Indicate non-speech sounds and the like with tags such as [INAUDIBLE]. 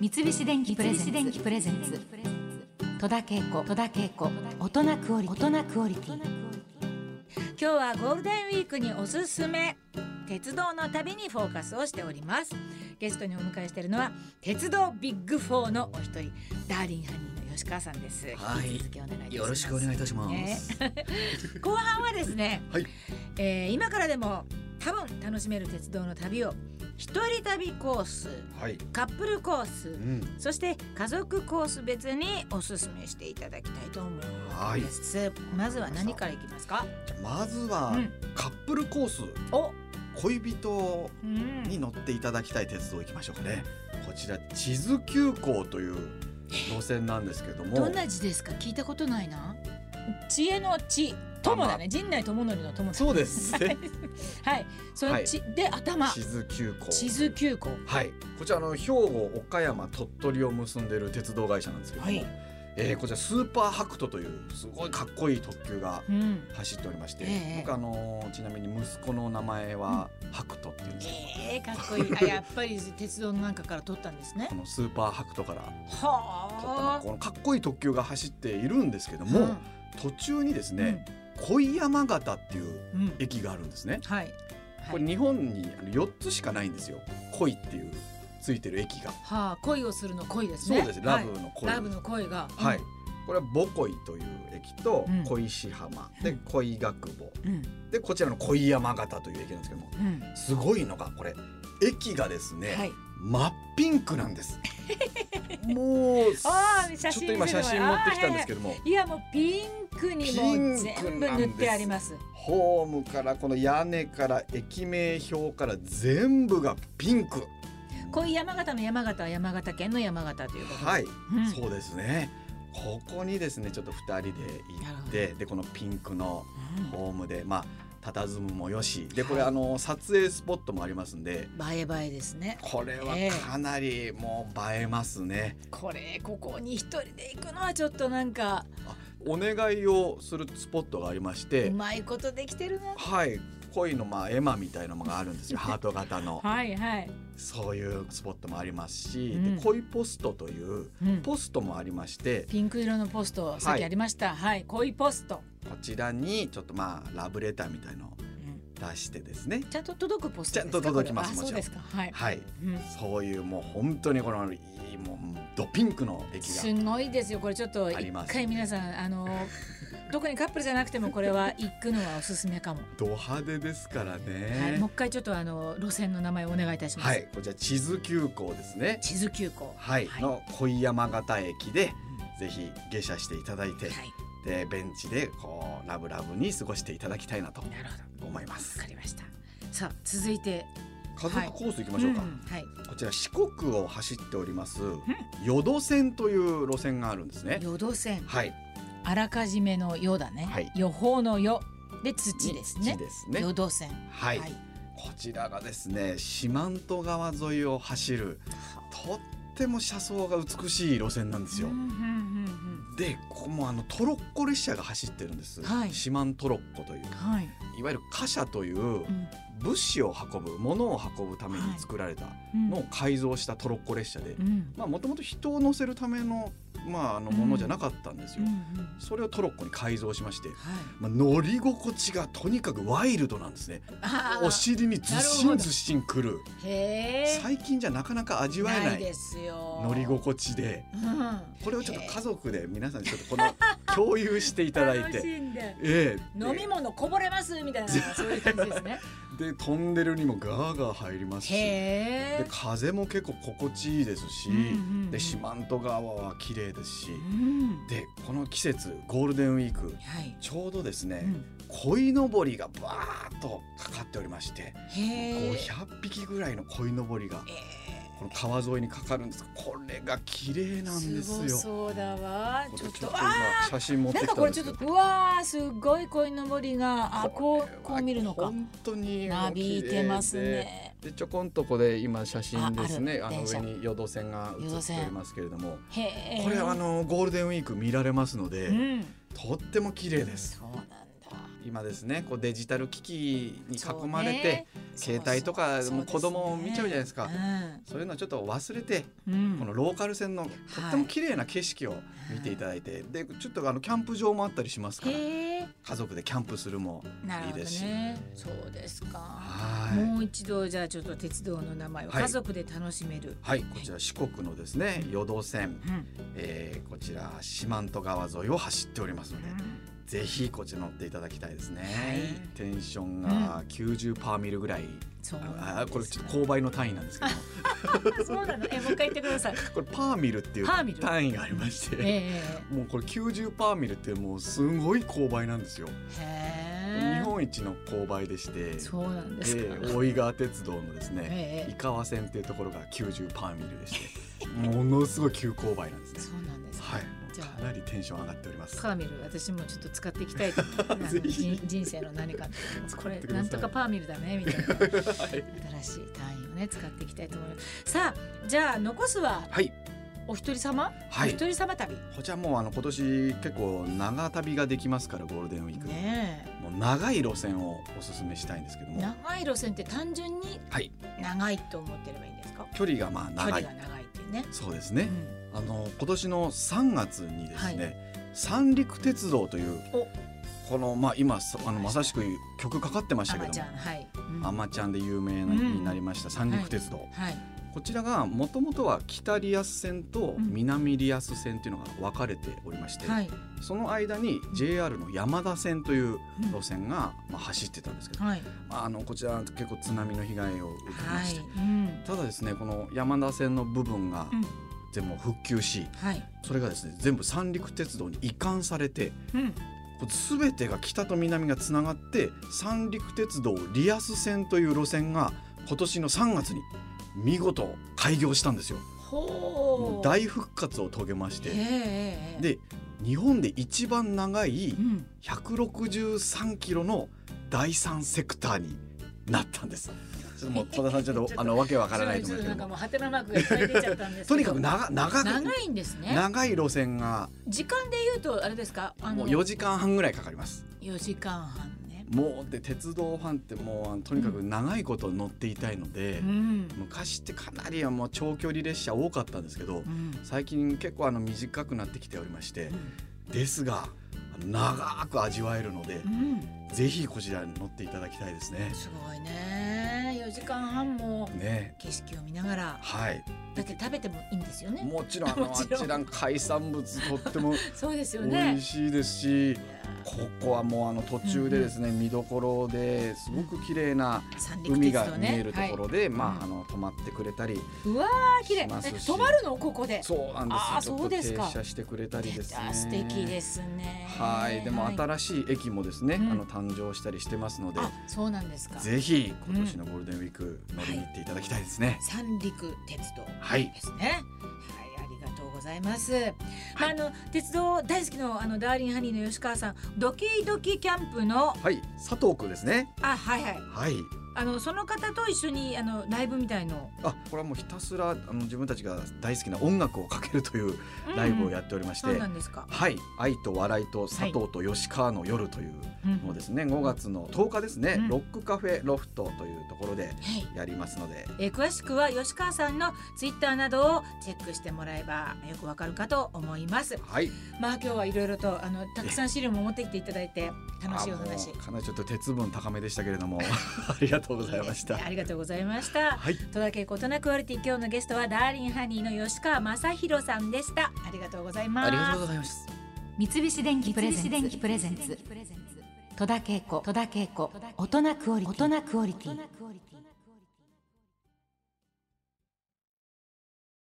三菱電機プレゼンツ戸田恵子戸田恵子大人クオリティ大人クオリティ今日はゴールデンウィークにおすすめ鉄道の旅にフォーカスをしておりますゲストにお迎えしているのは鉄道ビッグ4のお一人ダーリンハニーの吉川さんですはい引き続きお願いいたしますよろしくお願いいたします。ね [LAUGHS] 後半はですね、はいえー今からでも多分楽しめる鉄道の旅を一人旅コースはい。カップルコース、うん。そして家族コース別におすすめしていただきたいと思はういんで。す、まずは何からいきますかまずはうんカップルコース、お、恋人うんに乗っていただきたい鉄道行きましょうかね。こちら地図急行という路線なんですけども、どんな字ですか聞いたことないな知恵の知友だね陣内智則の友だそ [LAUGHS] うです。はいそのはい知、で頭地図急行。地図急行はい。こちらあの兵庫、岡山、鳥取を結んでいる鉄道会社なんですけども、はいえーこちらスーパーハクトというすごいかっこいい特急がうん走っておりまして、ええ僕あのーちなみに息子の名前はハクトっていうんですけど、えー、かっこいいあやっぱり鉄道の中から取ったんですねこのスーパーハクトから取ったまあはこのかっこいい特急が走っているんですけどあも、途中にですうね、恋山形っていううん、うん、駅があるんですね。はいはこれい日本にあの4つしかないんですよ恋っていうついてる駅が。はあ恋をするの恋ですそねうです、ラブのはい、恋。ラブの恋がはい、これは母恋という駅とうん恋石浜、うでん恋学母うんうんでこちらの恋山形という駅なんですけどもうん、すごいのがこれ駅がですね、はい真っピンクなん [LAUGHS] です。もうあー写真ちょっと今写真持ってきたんですけども、いやもうピンクにもうピン全ク部なん塗ですってありますホームからこの屋根から駅名表から全部がピンク。恋山形の山形は山形県の山形ということではい、うんそうですね。ここにですねちょっと二人で行ってでこのピンクのうホームでまあ佇むもよしでこれはいあの撮影スポットもありますんで。ん映え映えですねこれはええかなりもう映えますね、これここに一人で行くのはちょっとなんかお願いをするスポットがありましてうまいことできてるなはい恋のまあ絵馬みたいなのがあるんですよハート型のはいはい、そういうスポットもありますし、うんで恋ポストといううんポストもありましてピンク色のポストさっきありましたはい、恋ポスト、こちらにちょっとまあラブレターみたいのをうん出してですねちゃんと届くポストですかちゃんと届きますこれはあもちそうろんですかはい、はいうんそういうもう本当にこのいいもうドピンクの駅すがごいですよこれちょっとあり一ます回皆さんあ [LAUGHS] の特にカップルじゃなくてもこれは行くのはおすすめかも、ド派手ですからはい、ねもう一回ちょっとあの路線の名前をお願いいたします、はいこちら地図急行ですね地図急行はい、はいの恋山形駅でうんはぜひ下車していただいて、いでベンチでこうラブラブに過ごしていただきたいなとなるほど思いまわすかりましたさあ続いて家族コース行きましょうか、んはいこちら四国を走っております淀線という路線があるんですね予土線はいあらかじめの予だね、はい予報の予で土ですね地ですね予土線はい、はいこちらがですね四万十川沿いを走るとっても車窓が美しい路線なんですよ、うんうんうんでここもあのトロッコ列車が走ってるんです、はい四万トロッコといううんはい、いわゆる貨車という、うん物資を運ぶ物を運ぶために作られたうんのを改造したトロッコ列車でうんうんもともと人を乗せるための,、まああのものじゃなかったんですうよ、んはそれをトロッコに改造しまして、まあ、乗り心地がとにかくワイルドなんですねいあーお尻にずっしなるほんどずっしんくるへえ最近じゃなかなか味わえなないいですよ乗り心地でうんこれをちょっと家族で皆さんにちょっとこの共有していただい [LAUGHS] 楽て。しんでええ飲み物こぼれますみたいなそういう感じですねででトンネルにもガーガー入りますし [LAUGHS] でへえ風も結構心地いいですし、で四ま万十川は綺麗ですし、うんでこの季節ゴールデンウィークはいちょうどですね、うん鯉のぼりがバーッとかかっておりまして、へえ500匹ぐらいの鯉のぼりがえこの川沿いにかかるんですこれが綺麗ーなんですごよ。そうだわこちょれっちとょっと今あ写真持っーなてんかきたんこれですちょけっどとうわーすごい鯉のぼりがあこうこう見るのれはか本当にもうなびいてますね綺麗ででちょこんとこで今写真ですねあああるの電車上に淀線が写っておりますけれどもへえこれあのゴールデンウィーク見られますのうでんとっても綺麗ですそうなんだ今ですねこうデジタル機器に囲まれて、そうね携帯とかそうそうもう子供を見ちゃうじゃないですそかうですねそういうのはちょっと忘れて、うんこのローカル線のとっても綺麗な景色を見ていただいて、でちょっとあのキャンプ場もあったりしますからへえ家族でキャンプするもなるいいほどですしねそうですかはもう一度じゃあちょっと鉄道の名前をはい家族で楽しめるい、はい、こちら四国のですね予道線、うんえーこちら四万十川沿いを走っておりますので、うぜひこちら乗っていただきたいですね、はいテンションが90パーミルぐらい、んそうああこれちょっと勾配の単位なんですけ [LAUGHS] どそうなのえもう一回言ってく [LAUGHS] ださいこれパーミルっていうパーミル単位がありまして、えもうこれ90パーミルってもうすごい勾配なんですよ、えへ日え本一の勾配でしてそうなんですでか大井川鉄道のですね、え井え川線っていうところが90パーミルでしてものすごい急勾配なんですねそうなんですかはいじゃあかなりテンション上がっておりますパーミル私もちょっと使っていきたい [LAUGHS] あのぜひ人人生の何かこれってくださなんいとかパーミルだねみたいな新しい単位をね使っていきたいと思いますさあじゃあ残すははいお一人様、はいお一人様旅こちらもうあの今年結構長旅ができますからゴールデンウィーク、ねえもう長い路線をおすすめしたいんですけども長い路線って単純にはい長いと思ってればいいんですか距離がまあ距長離いが長いっていうね、そうですうね、ん、あの今年の3月にですね、は三陸鉄道というおこのまあ今そあのまさしく曲かかってましあたけまどちゃもんはい、うん「あまちゃん」で有名なになりました三陸鉄道、はいこちらがもともとは北リアス線と南リアス線というのが分かれておりまして、はいその間に JR の山田線という路線がまあ走ってたんですけど、はいまあ、あのこちら結構津波の被害を受けまはしいて、うんただですねこの山田線の部分がうん全部復旧しはいそれがですね全部三陸鉄道に移管されてうんこう全てが北と南がつながって三陸鉄道リアス線という路線が今年の3月に見事開業したんですよ。もほうう大復活を遂げましええてええで日本で一番長いうん163キロの第三セクターになったんです。ちょっともう戸田さんちょっとあのわけわからないと思うんちですょっなけんかどももうハテナマークがいっぱい出ちゃったんですけどとにかく長長く長いんですね長い路線が時間で言うとあれですかあのもう4時間半ぐらいかかります。 4時間半ねもうで鉄道ファンってもうあのとにかく長いこと乗っていたいので、うん昔ってかなりはもう長距離列車多かったんですけど、うん最近結構あの短くなってきておりまして、ですがあの長く味わえるのでう、んぜひこちらに乗っていただきたいですね。すごいね4時間半もね景色を見ながらはいだって食べてもいいんですよねもちろんあ [LAUGHS] のもあちろんちらの海産物とっ [LAUGHS] てもそうですよ美味ねしいですし。ここはもうあの途中でですね、見どころですごく綺麗な三陸海鉄が道見えねるところで、まああの泊まってくれたりうわー綺麗しますえし泊まるのここでそうなんですあーちょそっとうですか停車してくれたりですねあ素敵ですねはいでも新しい駅もですね、うんあの誕生したりしてますので、あそうなんですかぜひ今年のゴールデンウィーク乗りに行っていただきたいですね。三陸鉄道はいですね。はい、ありがとうございます。まあ、あの鉄道大好きのあのダーリンハニーの吉川さん、ドキドキキャンプのはい、佐藤区ですね。あはいはい、はい。あのその方と一緒にあのライブみたいの、あ、これはもうひたすらあの自分たちが大好きな音楽をかけるといううんライブをやっておりまして、そうなんですか。はい、愛と笑いと佐藤と吉川の夜といううんのをですね、5月の10日ですね、うんロックカフェロフトというところではい。やりますので、えー詳しくは吉川さんのツイッターなどをチェックしてもらえばよくわかるかと思います。はい、まあ今日はいろいろとあのたくさん資料も持ってきていただいて楽しいおあ話もう。かなりちょっと鉄分高めでしたけれ [LAUGHS] ども、ありがとうございましいた。いですねありがとうございました。はい、戸田恵子大人クオリティ今日のゲストはダーリンハニーの吉川正弘さんでしたありがとうございますございます。三菱電機プレゼンツ三菱電機プレゼンツ戸田恵子大人クオリティ大人クオリティ